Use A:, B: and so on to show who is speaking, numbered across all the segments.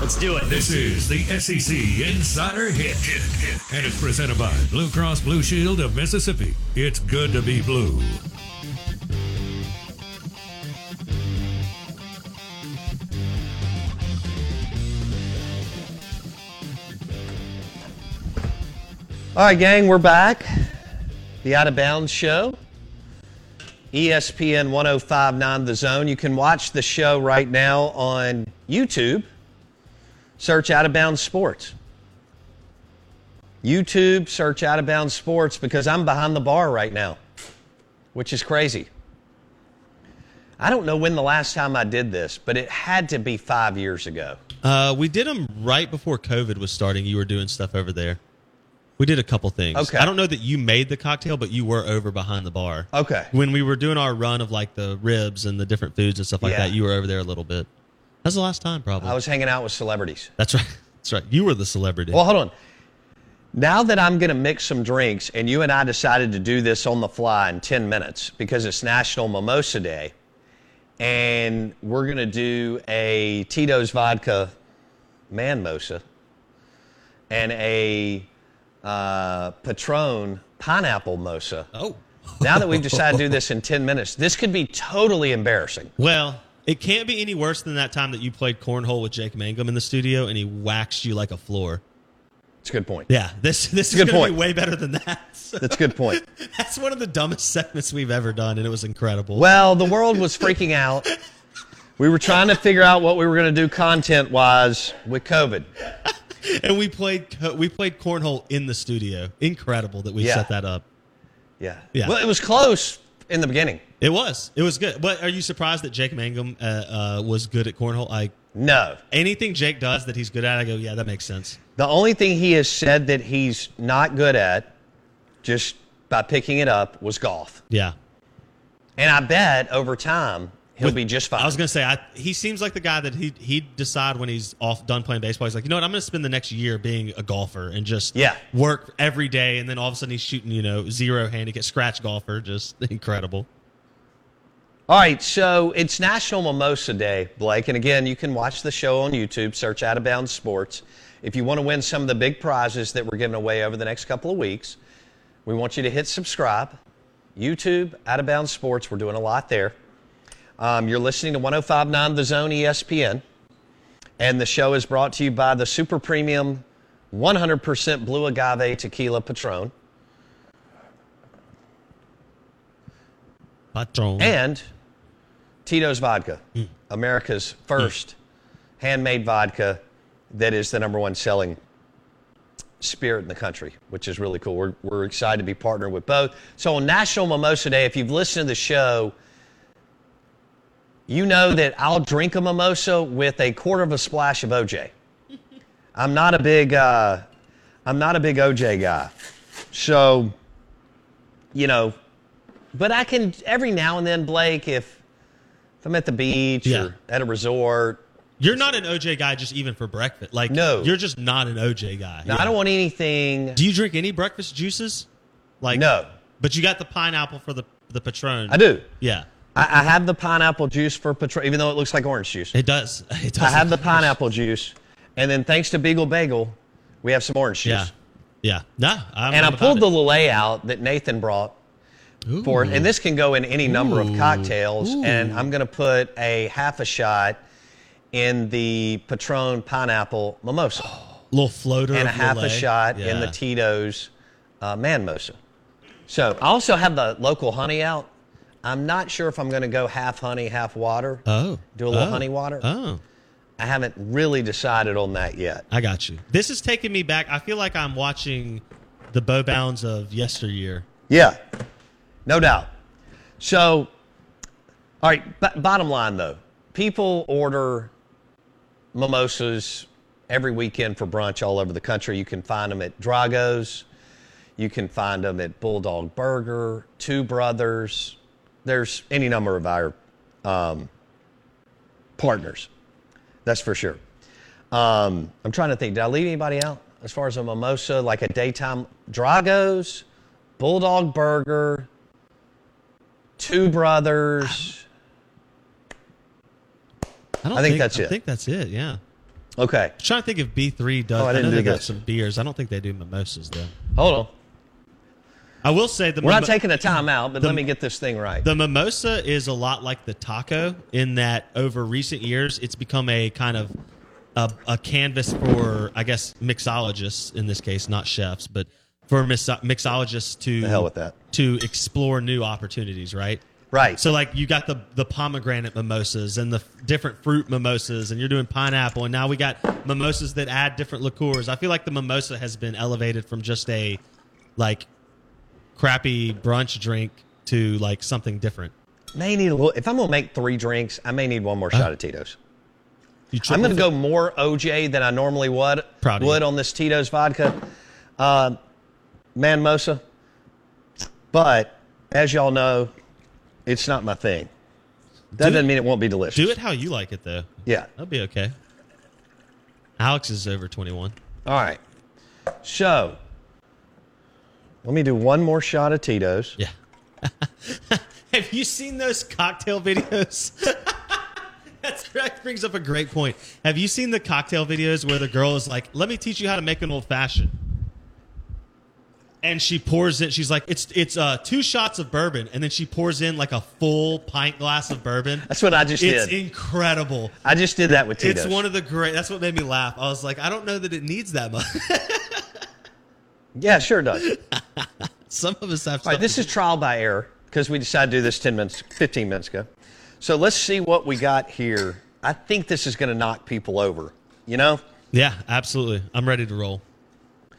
A: Let's do it.
B: This is the SEC Insider Hit. And it's presented by Blue Cross Blue Shield of Mississippi. It's good to be blue.
C: All right, gang, we're back. The Out of Bounds Show. E ESPN 1059 The Zone. You can watch the show right now on YouTube. Search Out of Bounds Sports. YouTube, search Out of Bounds Sports because I'm behind the bar right now, which is crazy. I don't know when the last time I did this, but it had to be five years ago.
D: Uh, we did them right before COVID was starting. You were doing stuff over there. We did a couple things.
C: Okay.
D: I don't know that you made the cocktail, but you were over behind the bar.
C: Okay.
D: When we were doing our run of like the ribs and the different foods and stuff like
C: Yeah.
D: that, you were over there a little bit. That's the last time, probably.
C: I was hanging out with celebrities.
D: That's right. That's right. You were the celebrity.
C: Well, hold on. Now that I'm going to mix some drinks, and you and I decided to do this on the fly in 10 minutes because it's National Mimosa Day, and we're going to do a Tito's Vodka Man Mosa and a uh, Patron Pineapple Mosa.
D: oh.
C: Now that we've decided to do this in 10 minutes, this could be totally embarrassing.
D: Well, it can't be any worse than that time that you played cornhole with Jake Mangum in the studio and he waxed you like a floor.
C: It's a good point.
D: Yeah, this this is
C: Good
D: going to be
C: point.
D: way better than that.
C: That's a good point.
D: That's one of the dumbest segments we've ever done, and it was incredible.
C: Well, the world was freaking out. We were trying to figure out what we were going to do content wise with COVID.
D: and we played co- we played cornhole in the studio. Incredible that we
C: Yeah.
D: set that up.
C: Yeah.
D: Yeah.
C: Well, it was close in the beginning.
D: It was it was good. But are you surprised that Jake Mangum uh, uh, was good at cornhole? I
C: No.
D: anything Jake does that he's good at, I go, yeah, that makes sense.
C: The only thing he has said that he's not good at, just by picking it up, was golf.
D: Yeah,
C: And I bet over time he'll be just fine.
D: I was gonna say I, he seems like the guy that he he'd decide when he's off done playing baseball. He's like, you know what, I'm gonna spend the next year being a golfer and just
C: Yeah.
D: work every day, and then all of a sudden he's shooting you know zero handicap scratch golfer, just incredible.
C: All right, so it's National Mimosa Day, Blake. And again, you can watch the show on YouTube, search Out of Bounds Sports. If you want to win some of the big prizes that we're giving away over the next couple of weeks, we want you to hit subscribe. YouTube, Out of Bounds Sports, we're doing a lot there. Um, you're listening to 1059 The Zone E ESPN. And the show is brought to you by the super premium 100% blue agave tequila Patron.
D: Patron.
C: and Tito's Vodka, America's first handmade vodka that is the number one selling spirit in the country, which is really cool. We're, we're excited to be partnered with both. So on National Mimosa Day, if you've listened to the show, you know that I'll drink a mimosa with a quarter of a splash of OJ. I'm not a big, uh, I'm not a big OJ guy, so you know but I can every now and then, Blake, if if I'm at the beach
D: Yeah.
C: or at a resort.
D: you're not an OJ guy, just even for breakfast. Like
C: No.
D: you're just not an OJ guy.
C: Now I don't want anything.
D: Do you drink any breakfast juices? Like
C: No.
D: but you got the pineapple for the the Patron.
C: I do.
D: Yeah,
C: I, I have the pineapple juice for Patron, even though it looks like orange juice.
D: it does. It does.
C: I have the pineapple juice, and then thanks to Beagle Bagel, we have some orange juice.
D: Yeah, yeah. No, I'm,
C: And I
D: I'm
C: pulled the
D: about
C: little out that Nathan brought
D: it. Ooh.
C: for it, and this can go in any number of
D: Ooh.
C: cocktails. And I'm going to put a half a shot in the Patron pineapple mimosa.
D: little floater
C: and a
D: of
C: half a
D: Oh, Lillet.
C: shot in the
D: Yeah.
C: Tito's uh, man mosa. So I also have the local honey out. I'm not sure if I'm going to go half honey, half water.
D: Oh,
C: Do a little
D: Oh.
C: honey water.
D: Oh,
C: I haven't really decided on that yet.
D: I got you. This is taking me back. I feel like I'm watching the bow bounds of yesteryear.
C: Yeah, no doubt. So, all right. B- bottom line though, people order mimosas every weekend for brunch all over the country. You can find them at Drago's. You can find them at Bulldog Burger, Two Brothers. There's any number of our um, partners. That's for sure. Um, I'm trying to think. Did I leave anybody out as far as a mimosa, like a daytime Drago's, Bulldog Burger, Two Brothers?
D: don't
C: I think that's
D: I
C: it.
D: think that's it. Yeah.
C: Okay,
D: I'm trying to think if B three does.
C: Oh, I
D: I, know
C: didn't do
D: they got
C: this.
D: some beers. I don't think they do mimosas though.
C: hold on.
D: I will say the
C: We're not
D: mimo-
C: taking a timeout, but
D: the-
C: let me get this thing right.
D: The mimosa is a lot like the taco in that over recent years it's become a kind of a, a canvas for I guess mixologists in this case, not chefs, but for mis- mixologists to
C: The hell with that.
D: to explore new opportunities, right?
C: Right.
D: So like you got the the pomegranate mimosas and the f- different fruit mimosas, and you're doing pineapple, and now we got mimosas that add different liqueurs. I feel like the mimosa has been elevated from just a like crappy brunch drink to like something different.
C: may need a little. If I'm gonna make three drinks, I may need one more
D: Uh-huh.
C: shot of Tito's.
D: You
C: I'm
D: triple
C: gonna
D: fi-
C: go more OJ than I normally would
D: Proud of you.
C: would on this Tito's vodka, uh, man mosa. But as y'all know, it's not my thing. That
D: Do it-
C: doesn't mean it won't be delicious.
D: Do it how you like it though.
C: Yeah.
D: That'll be okay. Alex is over 21.
C: All right. So let me do one more shot of Tito's.
D: Yeah. Have you seen those cocktail videos? That's, that brings up a great point. Have you seen the cocktail videos where the girl is like, "Let me teach you how to make an old fashioned," and she pours it. She's like, "It's it's uh, two shots of bourbon," and then she pours in like a full pint glass of bourbon.
C: That's what I just
D: it's
C: did.
D: incredible.
C: I just did that with Tito's.
D: It's one of the great. That's what made me laugh. I was like, I don't know that it needs that much.
C: yeah, sure does.
D: Some of us have.
C: All right, this is trial by error because we decided to do this 10 minutes, 15 minutes ago. So let's see what we got here. I think this is going to knock people over, you know,
D: yeah, absolutely. I'm ready to roll.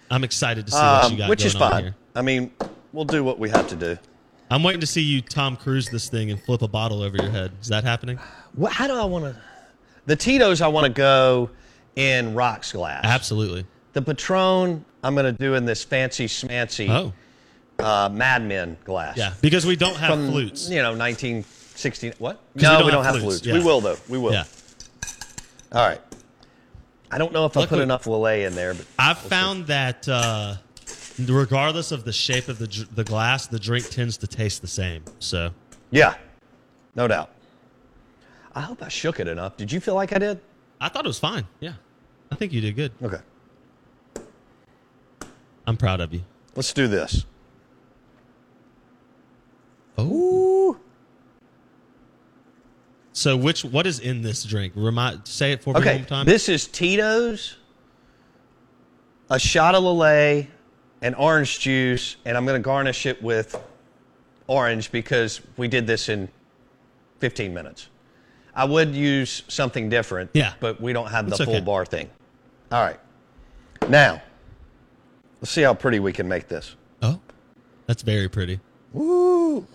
D: I'm excited to see what you
C: um,
D: got
C: which
D: going
C: is
D: on
C: fine.
D: here.
C: I mean, we'll do what we have to do.
D: I'm waiting to see you Tom Cruise this thing and flip a bottle over your head. Is that happening?
C: What, how do I want to? The Tito's, I want to go in rocks glass.
D: Absolutely.
C: The Patron, I'm going to do in this fancy smancy
D: Oh,
C: uh, Mad Men glass.
D: yeah. Because we don't have
C: From,
D: flutes.
C: You know, 1960. What?
D: we
C: No,
D: don't
C: we
D: have
C: don't have
D: flutes,
C: flutes.
D: yeah.
C: We will, though. We will.
D: Yeah.
C: All right. I don't know if I put
D: Luckily-
C: enough Lillet in there, but
D: I've found that uh, regardless of the shape of the dr- the glass, the drink tends to taste the same. So
C: Yeah, no doubt. I hope I shook it enough. Did you feel like I did?
D: I thought it was fine. Yeah. I think you did good.
C: Okay.
D: I'm proud of you.
C: Let's do this.
D: Oh. So which what is in this drink? Remind say it for me one
C: Okay.
D: more time.
C: This is Tito's, a shot of Lillet, and orange juice, and I'm going to garnish it with orange because we did this in 15 minutes. I would use something different,
D: Yeah.
C: but we don't have the
D: It's okay.
C: full bar thing. All right. Now, let's see how pretty we can make this.
D: oh. That's very pretty.
C: Woo!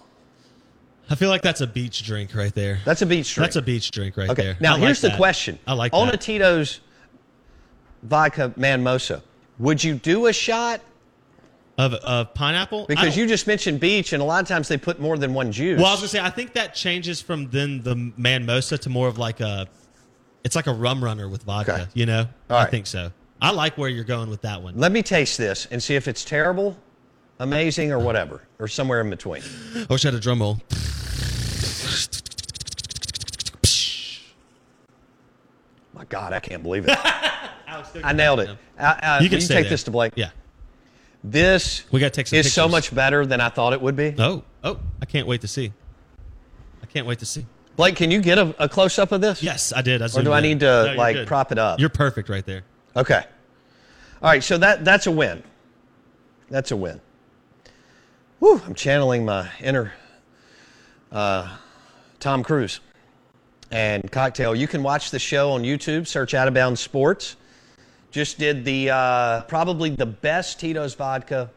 D: I feel like that's a beach drink right there.
C: That's a beach drink.
D: That's a beach drink right
C: Okay.
D: there.
C: Now
D: I like
C: here's the
D: that.
C: question.
D: I like
C: on
D: that.
C: a Tito's vodka man mosa. Would you do a shot?
D: of of pineapple I
C: Because
D: don't-
C: you just mentioned beach, and a lot of times they put more than one juice.
D: Well, I was gonna say I think that changes from then the man mosa to more of like a, it's like a rum runner with vodka.
C: Okay.
D: You know,
C: All
D: I
C: right.
D: think so. I like where you're going with that one,
C: Let me taste this and see if it's terrible, amazing, or whatever, or somewhere in between.
D: I wish I had a drum roll.
C: Uh, My God, I can't believe it. I nailed it. I- I-
D: You can
C: you
D: stay
C: take
D: there.
C: this to Blake.
D: Yeah.
C: This
D: We gotta take some
C: is so
D: pictures.
C: much better than I thought it would be.
D: Oh, oh, I can't wait to see. I can't wait to see.
C: Blake, can you get a, a close up of this?
D: Yes, I did. I
C: Or
D: zoomed
C: do I
D: in.
C: need to
D: No, you're
C: like
D: good.
C: prop it up?
D: You're perfect right there.
C: Okay. All right, so that that's a win. That's a win. Whew, I'm channeling my inner uh, Tom Cruise. And cocktail, you can watch the show on YouTube. Search Out of Bounds Sports. Just did the uh, probably the best Tito's vodka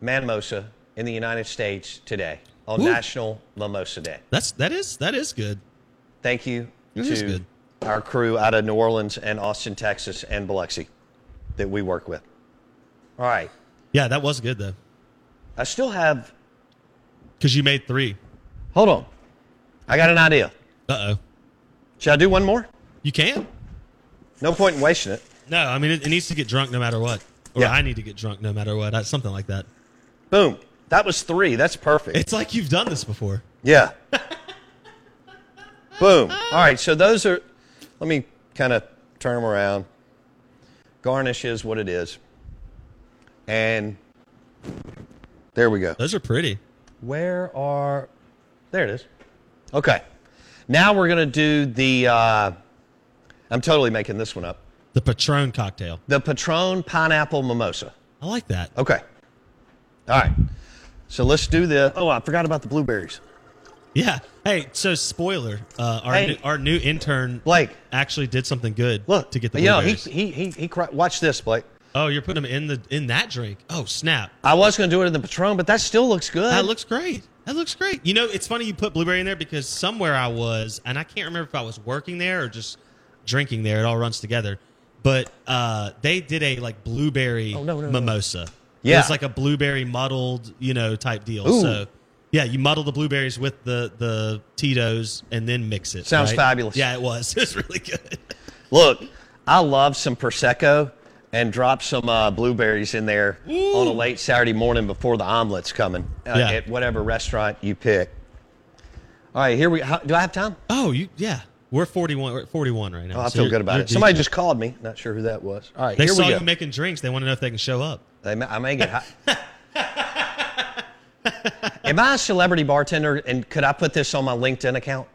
C: man mosa in the United States today on
D: Ooh.
C: National Mimosa Day.
D: That's that is that is good.
C: Thank you
D: This is
C: to
D: good.
C: our crew out of New Orleans and Austin, Texas, and Biloxi that we work with. All right.
D: Yeah, that was good though,
C: I still have.
D: because you made three.
C: Hold on. I got an idea.
D: Uh oh,
C: Should I do one more?
D: you can.
C: No point in wasting it.
D: No, I mean it, it needs to get drunk no matter what, or
C: Yeah.
D: I need to get drunk no matter what, I, something like that.
C: Boom. That was three. That's perfect.
D: It's like you've done this before.
C: Yeah. Boom. All right. So those are, let me kind of turn them around. Garnish is what it is. And there we go.
D: Those are pretty.
C: Where are, there it is. Okay. Now we're going to do the, uh, I'm totally making this one up.
D: The Patron cocktail.
C: The Patron Pineapple Mimosa.
D: I like that.
C: Okay. All right. So let's do the, oh, I forgot about the blueberries.
D: Yeah. Hey, so spoiler, uh, our
C: Hey.
D: new, our new intern
C: Blake.
D: actually did something good.
C: Look
D: to get the
C: you know,
D: blueberries.
C: he he he, he cri- watch this, Blake.
D: oh, you're putting them in the in that drink. Oh snap!
C: I was going to do it in the Patron, but that still looks good.
D: That looks great. That looks great. You know, it's funny you put blueberry in there because somewhere I was, and I can't remember if I was working there or just drinking there. It all runs together. But uh, they did a like blueberry mimosa.
C: Yeah.
D: it was like a blueberry muddled, you know, type deal.
C: Ooh.
D: So yeah, you muddle the blueberries with the the Tito's and then mix it.
C: Sounds
D: right?
C: fabulous.
D: Yeah, it was. It was really good.
C: Look, I love some prosecco and drop some uh, blueberries in there on a late Saturday morning before the omelet's coming uh,
D: Yeah.
C: at whatever restaurant you pick. All right, here we. How, do I have time?
D: Oh, you yeah. We're forty one. We're at forty one right now.
C: Oh, I
D: So
C: feel
D: you're-
C: good about
D: you're
C: it. Somebody
D: decent.
C: just called me. Not sure who that was. All right,
D: they
C: here
D: saw
C: we
D: you
C: go.
D: making drinks. They want to know if they can show up.
C: They ma- I may get hot. Am I a celebrity bartender? And could I put this on my LinkedIn account?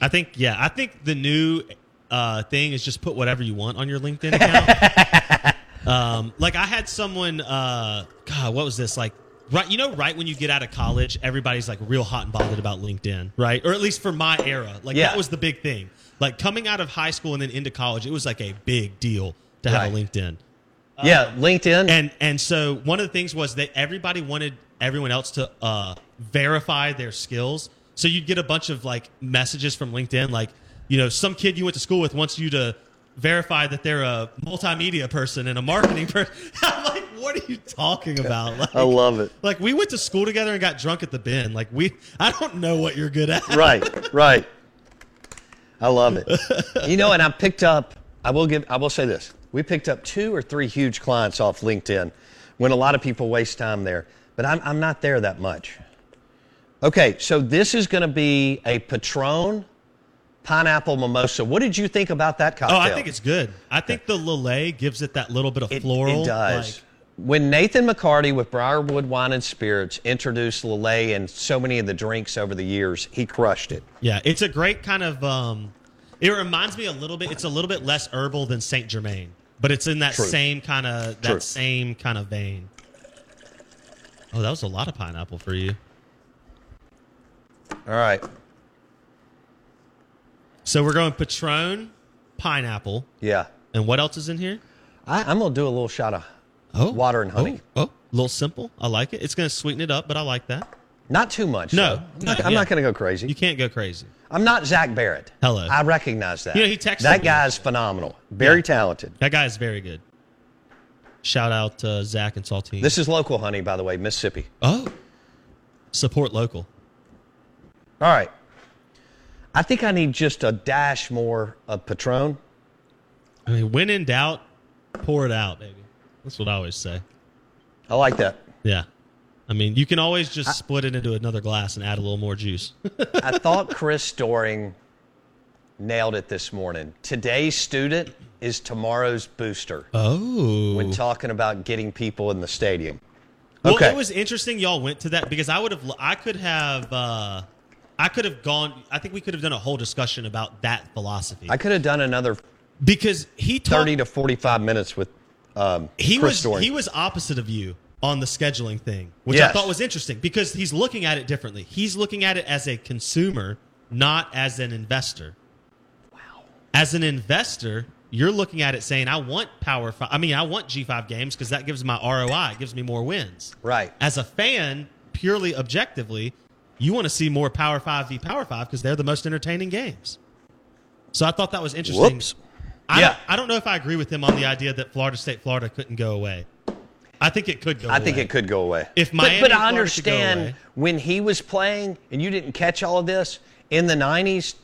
D: I think yeah. I think the new uh, thing is just put whatever you want on your LinkedIn account. um, like I had someone. Uh, God, what was this like? Right, you know, right when you get out of college, everybody's like real hot and bothered about LinkedIn, right? Or at least for my era, like
C: Yeah.
D: that was the big thing. Like coming out of high school and then into college, it was like a big deal to have a
C: Right.
D: LinkedIn.
C: yeah, LinkedIn.
D: Uh, And and so one of the things was that everybody wanted everyone else to uh, verify their skills. So you'd get a bunch of like messages from LinkedIn, like you know, some kid you went to school with wants you to verify that they're a multimedia person and a marketing person. I'm like, what are you talking about? Like,
C: I love it.
D: Like we went to school together and got drunk at the bin. Like we, I don't know what you're good at.
C: right, right. I love it. You know, and I picked up. I will give. I will say this: we picked up two or three huge clients off LinkedIn, when a lot of people waste time there. But I'm I'm not there that much. Okay, so this is going to be a Patron pineapple mimosa. What did you think about that cocktail?
D: Oh, I think it's good. I think the Lillet gives it that little bit of
C: It-
D: floral.
C: It does.
D: like-
C: when Nathan McCarty with Briarwood Wine and Spirits introduced Lillet and so many of the drinks over the years, he crushed it.
D: Yeah, it's a great kind of. Um, it reminds me a little bit. It's a little bit less herbal than Saint Germain, but it's in that
C: True.
D: same kind of that
C: True.
D: same kind of vein. Oh, that was a lot of pineapple for you.
C: All right.
D: So we're going Patron, pineapple,
C: Yeah.
D: and what else is in here?
C: I, I'm gonna do a little shot of
D: Oh,
C: Water and honey.
D: Oh, oh, little simple. I like it. It's going to sweeten it up, but I like that.
C: not too much.
D: No,
C: though. I'm not,
D: no,
C: I'm
D: yeah.
C: not gonna go crazy.
D: You can't go crazy.
C: I'm not Zach Barrett.
D: Hello.
C: I recognize that.
D: You know, he texted
C: That
D: me.
C: guy's phenomenal. Very
D: Yeah.
C: talented.
D: That guy is very good. Shout out to Zach and Saltine.
C: This is local honey, by the way, Mississippi.
D: oh, support local.
C: All right. I think I need just a dash more of Patron.
D: I mean, when in doubt, pour it out, baby. That's what I always say.
C: I like that.
D: Yeah. I mean, you can always just split it into another glass and add a little more juice.
C: I thought Chris Doring nailed it this morning. Today's student is tomorrow's booster
D: oh.
C: when talking about getting people in the stadium.
D: Well,
C: okay.
D: it was interesting y'all went to that because I would have, I could have, uh, I could have gone, I think we could have done a whole discussion about that philosophy.
C: I could have done another
D: because he talked,
C: 30 to 45 minutes with um,
D: he
C: Chris
D: was,
C: Doring.
D: he was opposite of you on the scheduling thing, which I
C: Yes.
D: thought was interesting because he's looking at it differently. He's looking at it as a consumer, not as an investor. as an investor, you're looking at it saying, I want Power Five. I mean, I want G5 games because that gives my ROI, it gives me more wins.
C: Right.
D: As a fan, purely objectively, you want to see more Power Five v Power Five because they're the most entertaining games. So I thought that was interesting.
C: Whoops.
D: I,
C: Yeah.
D: don't, I don't know if I agree with him on the idea that Florida State, Florida couldn't go away. I think it could go
C: I think
D: away.
C: it could go away.
D: If
C: my
D: Miami,
C: but, but I
D: Florida could go
C: understand
D: away.
C: when he was playing, and you didn't catch all of this in the '90s.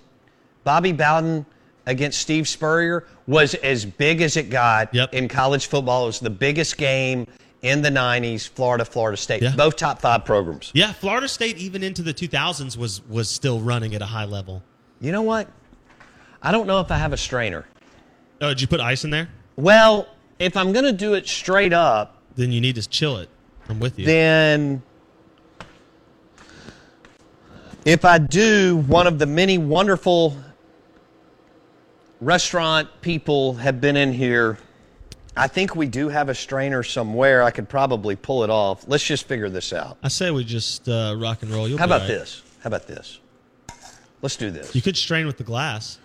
C: Bobby Bowden against Steve Spurrier was as big as it got
D: Yep.
C: in college football. It was the biggest game in the '90s. Florida, Florida State,
D: Yeah.
C: both top five programs.
D: Yeah, Florida State even into the 2000s was was still running at a high level.
C: You know what? I don't know if I have a strainer.
D: Oh, did you put ice in there?
C: Well, if I'm going to do it straight up,
D: Then you need to chill it. I'm with you.
C: then if I do one of the many wonderful restaurant people have been in here, I think we do have a strainer somewhere. I could probably pull it off. Let's just figure this out.
D: I say we just uh, rock and roll. You'll
C: How
D: be
C: about
D: all right.
C: this? How about this? Let's do this.
D: You could strain with the glass.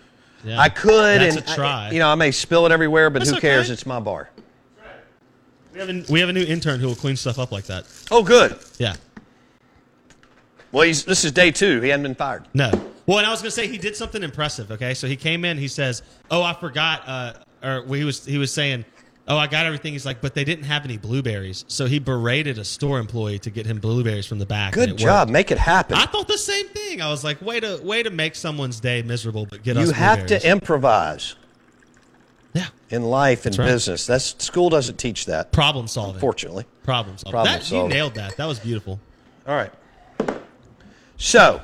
D: Yeah.
C: I could
D: That's
C: and
D: a try.
C: I, you know I may spill it everywhere, but
D: That's
C: who cares?
D: okay.
C: It's my bar.
D: we, have a, we have a new intern who will clean stuff up like that.
C: Oh, good.
D: Yeah.
C: Well, he's, this is day two. He hadn't been fired.
D: No. Well, and I was gonna say he did something impressive. Okay, so he came in. He says, "Oh, I forgot," uh, or well, he was he was saying, "Oh, I got everything." He's like, "But they didn't have any blueberries," so he berated a store employee to get him blueberries from the back. and
C: Good
D: it
C: job.
D: worked.
C: Make it happen.
D: I thought the same thing. I was like, "Way to way to make someone's day miserable, but get us."
C: you have to
D: blueberries."
C: improvise.
D: yeah.
C: in life and
D: That's right.
C: business. That's school doesn't teach that,
D: Problem solving.
C: fortunately.
D: Problem solving.
C: Problem
D: that,
C: solving.
D: You nailed that. That was beautiful.
C: All right. So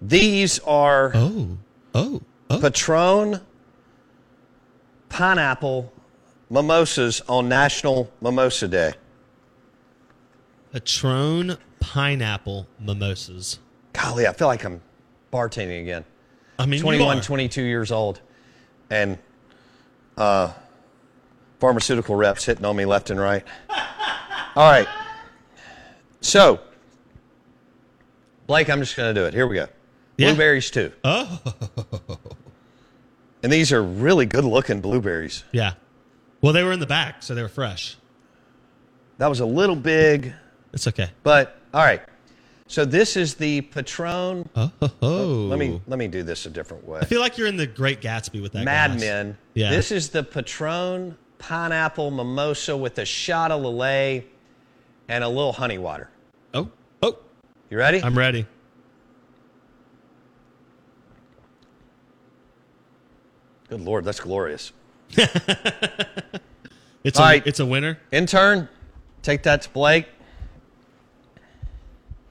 C: these are
D: Oh, oh, oh.
C: Patron pineapple mimosas on National Mimosa Day.
D: Patron pineapple mimosas.
C: Golly, I feel like I'm bartending again.
D: I mean, you
C: 21,
D: are-
C: 22 years old, and uh, pharmaceutical reps hitting on me left and right. All right. So, Blake, I'm just going to do it. Here we go.
D: Yeah.
C: Blueberries, too.
D: Oh.
C: And these are really good looking blueberries.
D: Yeah. Well, they were in the back, so they were fresh.
C: That was a little big,
D: It's okay.
C: but all right. So, this is the Patron.
D: Oh, ho, ho.
C: Let me let me do this a different way.
D: I feel like you're in the Great Gatsby with that.
C: Mad
D: glass.
C: Men.
D: Yeah.
C: This is the Patron pineapple mimosa with a shot of Lillet and a little honey water.
D: Oh, oh.
C: You ready?
D: I'm ready.
C: Good Lord, that's glorious.
D: It's
C: All
D: a,
C: right.
D: it's a winner.
C: Intern, take that to Blake.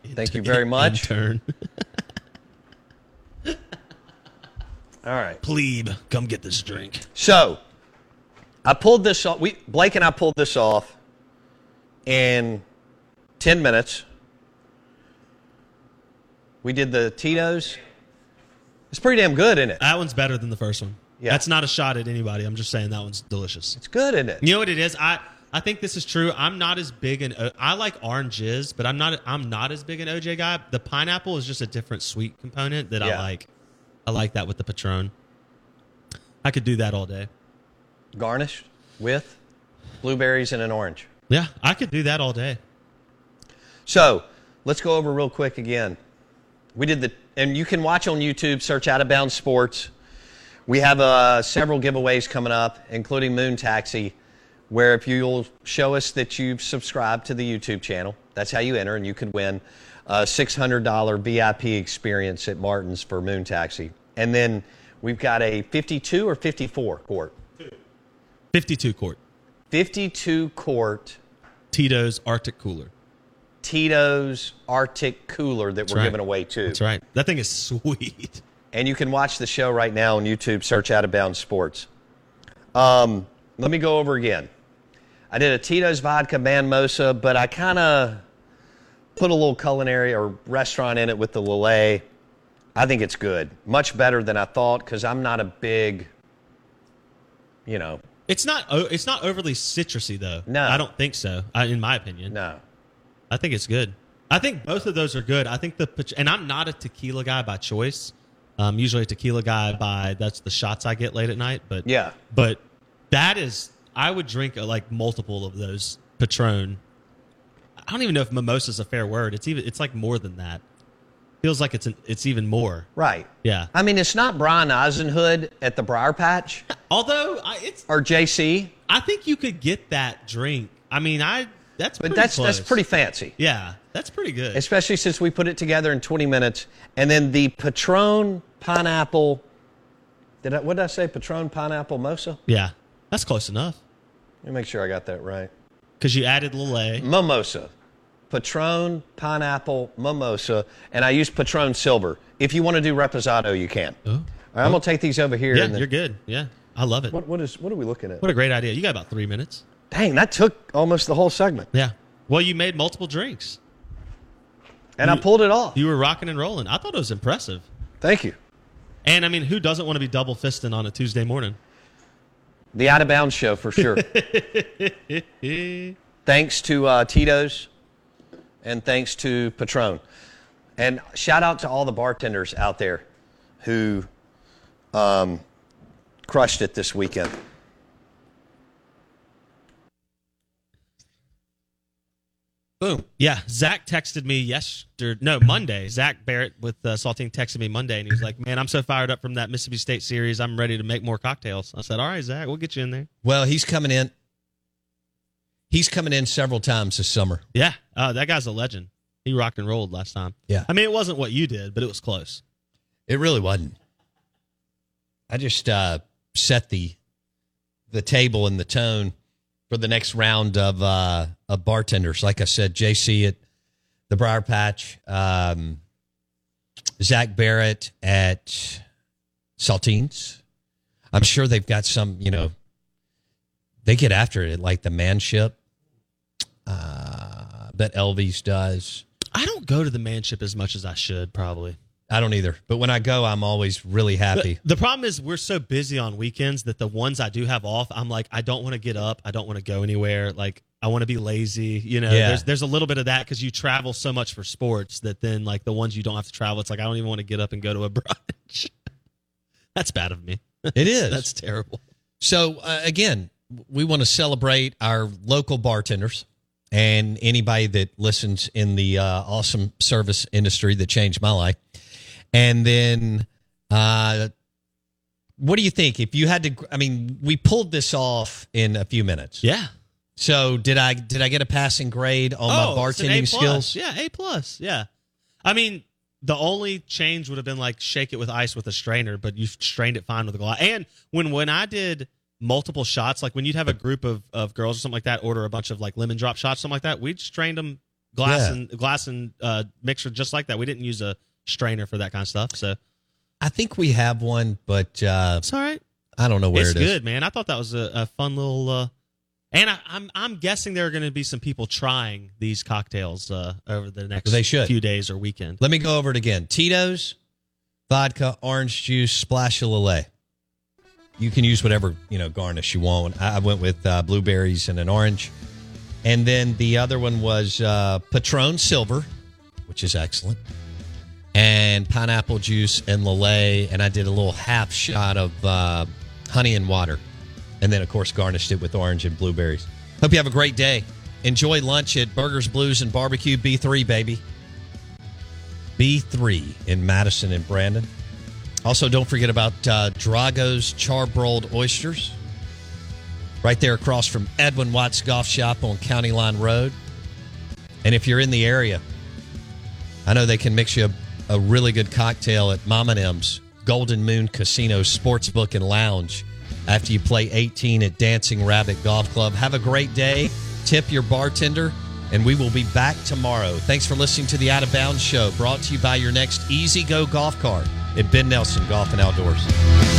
C: Thank you very much.
D: Turn.
C: All right.
D: Plebe, come get this drink.
C: So I pulled this off. We Blake and I pulled this off in ten minutes. We did the Tito's. It's pretty damn good, isn't it?
D: That one's better than the first one.
C: Yeah.
D: That's not a shot at anybody. I'm just saying that one's delicious.
C: It's good, isn't it?
D: You know what it is? I I think this is true. I'm not as big an O- I like oranges, but I'm not I'm not as big an OJ guy. The pineapple is just a different sweet component that
C: Yeah.
D: I like. I like that with the Patron. I could do that all day.
C: garnished with blueberries and an orange.
D: Yeah, I could do that all day.
C: So let's go over real quick again. We did the, and you can watch on YouTube, search Out of Bounds Sports. We have uh, several giveaways coming up, including Moon Taxi, where if you'll show us that you've subscribed to the YouTube channel, that's how you enter, and you could win a $600 VIP experience at Martin's for Moon Taxi. And then we've got a 52 or 54 quart,
D: 52 quart
C: 52 quart
D: Tito's Arctic Cooler.
C: Tito's Arctic Cooler that we're
D: right.
C: giving away too.
D: That's right. That thing is sweet.
C: And you can watch the show right now on YouTube. Search Out of Bounds Sports. Um, let me go over again. I did a Tito's vodka man mosa, but I kind of put a little culinary or restaurant in it with the Lillet. I think it's good, much better than I thought because I'm not a big, you know,
D: It's not o- it's not overly citrusy though.
C: No.
D: I don't think so. I, in my opinion.
C: no.
D: I think it's good. I think both of those are good. I think the pat- and I'm not a tequila guy by choice. I'm usually a tequila guy by that's the shots I get late at night. But
C: Yeah.
D: but that is I would drink uh, like multiple of those Patron. I don't even know if mimosa is a fair word. It's even it's like more than that. feels like it's an, it's even more.
C: Right.
D: Yeah.
C: I mean, it's not Brian Eisenhood at the Briar Patch
D: Although I, it's,
C: or JC,
D: I think you could get that drink. I mean, I that's
C: but
D: pretty
C: that's that's
D: close.
C: pretty fancy.
D: Yeah, that's pretty good.
C: especially since we put it together in 20 minutes. And then the Patron pineapple. Did I, what did I say? Patron pineapple mosa.
D: yeah, that's close enough
C: Let me make sure I got that right.
D: because you added Lillet.
C: Mimosa, Patron pineapple mimosa, and I use Patron silver. If you want to do reposado, you can. All right, I'm gonna take these over here.
D: Yeah,
C: and then-
D: you're good. Yeah, I love it.
C: What, what is? What are we looking at?
D: What a great idea. You got about three minutes.
C: Dang, that took almost the whole segment,
D: Yeah. Well, you made multiple drinks.
C: and I pulled it off.
D: You were rocking and rolling. I thought it was impressive.
C: Thank you.
D: And I mean, who doesn't want to be double fisting on a Tuesday morning?
C: The out of bounds show for sure. thanks to uh, Tito's and thanks to Patron. And shout out to all the bartenders out there who um, crushed it this weekend. Boom.
D: Yeah, Zach texted me yesterday. No, Monday. Zach Barrett with uh, Saltine texted me Monday, and he was like, "Man, I'm so fired up from that Mississippi State series. I'm ready to make more cocktails." I said, "All right, Zach, we'll get you in there."
A: Well, he's coming in. He's coming in several times this summer.
D: Yeah, uh, that guy's a legend. He rocked and rolled last time.
A: Yeah.
D: I mean, it wasn't what you did, but it was close.
A: It really wasn't. I just uh, set the the table and the tone for the next round of uh, of bartenders. Like I said, JC at the Briar Patch, um, Zach Barrett at Saltines. I'm sure they've got some. You know, they get after it like the manship. Uh, I bet Elvis does.
D: I don't go to the manship as much as I should, probably.
A: I don't either. But when I go, I'm always really happy.
D: The problem is we're so busy on weekends that the ones I do have off, I'm like, I don't want to get up. I don't want to go anywhere. Like, I want to be lazy. You know,
A: Yeah.
D: there's there's a little bit of that because you travel so much for sports that then like the ones you don't have to travel, it's like I don't even want to get up and go to a brunch. That's bad of me.
A: It is.
D: That's terrible.
A: So uh, again, we want to celebrate our local bartenders and anybody that listens in the uh, awesome service industry that changed my life. And then, uh, what do you think? If you had to, I mean, we pulled this off in a few minutes.
D: Yeah.
A: So did I? Did I get a passing grade on my
D: Oh, it's an A plus.
A: bartending skills?
D: Yeah, A plus. Yeah. I mean, the only change would have been like shake it with ice with a strainer, but you strained it fine with a glass. And when when I did multiple shots, like when you'd have a group of, of girls or something like that order a bunch of like lemon drop shots, something like that, we'd strained them glass
A: Yeah.
D: and glass and uh, mixer just like that. We didn't use a strainer for that kind of stuff. So
A: I think we have one, but uh,
D: it's all right.
A: I don't know where
D: it's
A: it is.
D: good, man. I thought that was a, a fun little. Uh, and I, I'm I'm guessing there are going to be some people trying these cocktails uh, over the next
A: They should.
D: few days or weekend.
A: Let me go over it again. Tito's, vodka, orange juice, splash of Lillet. You can use whatever you know garnish you want. I, I went with uh, blueberries and an orange, and then the other one was uh, Patron Silver, which is excellent, and pineapple juice and Lillet. And I did a little half shot of uh, honey and water, and then of course garnished it with orange and blueberries. Hope you have a great day. Enjoy lunch at Burgers, Blues, and Barbecue B3, baby. B3 in Madison and Brandon. Also, don't forget about uh, Drago's Charbroiled Oysters, right there across from Edwin Watts Golf Shop on County Line Road. And if you're in the area, I know they can mix you a, a really good cocktail at Mama M's Golden Moon Casino Sportsbook and Lounge after you play 18 at Dancing Rabbit Golf Club. Have a great day. Tip your bartender, and we will be back tomorrow. Thanks for listening to the Out of Bounds Show, brought to you by your next Easy Go Golf Cart at Ben Nelson Golf and Outdoors.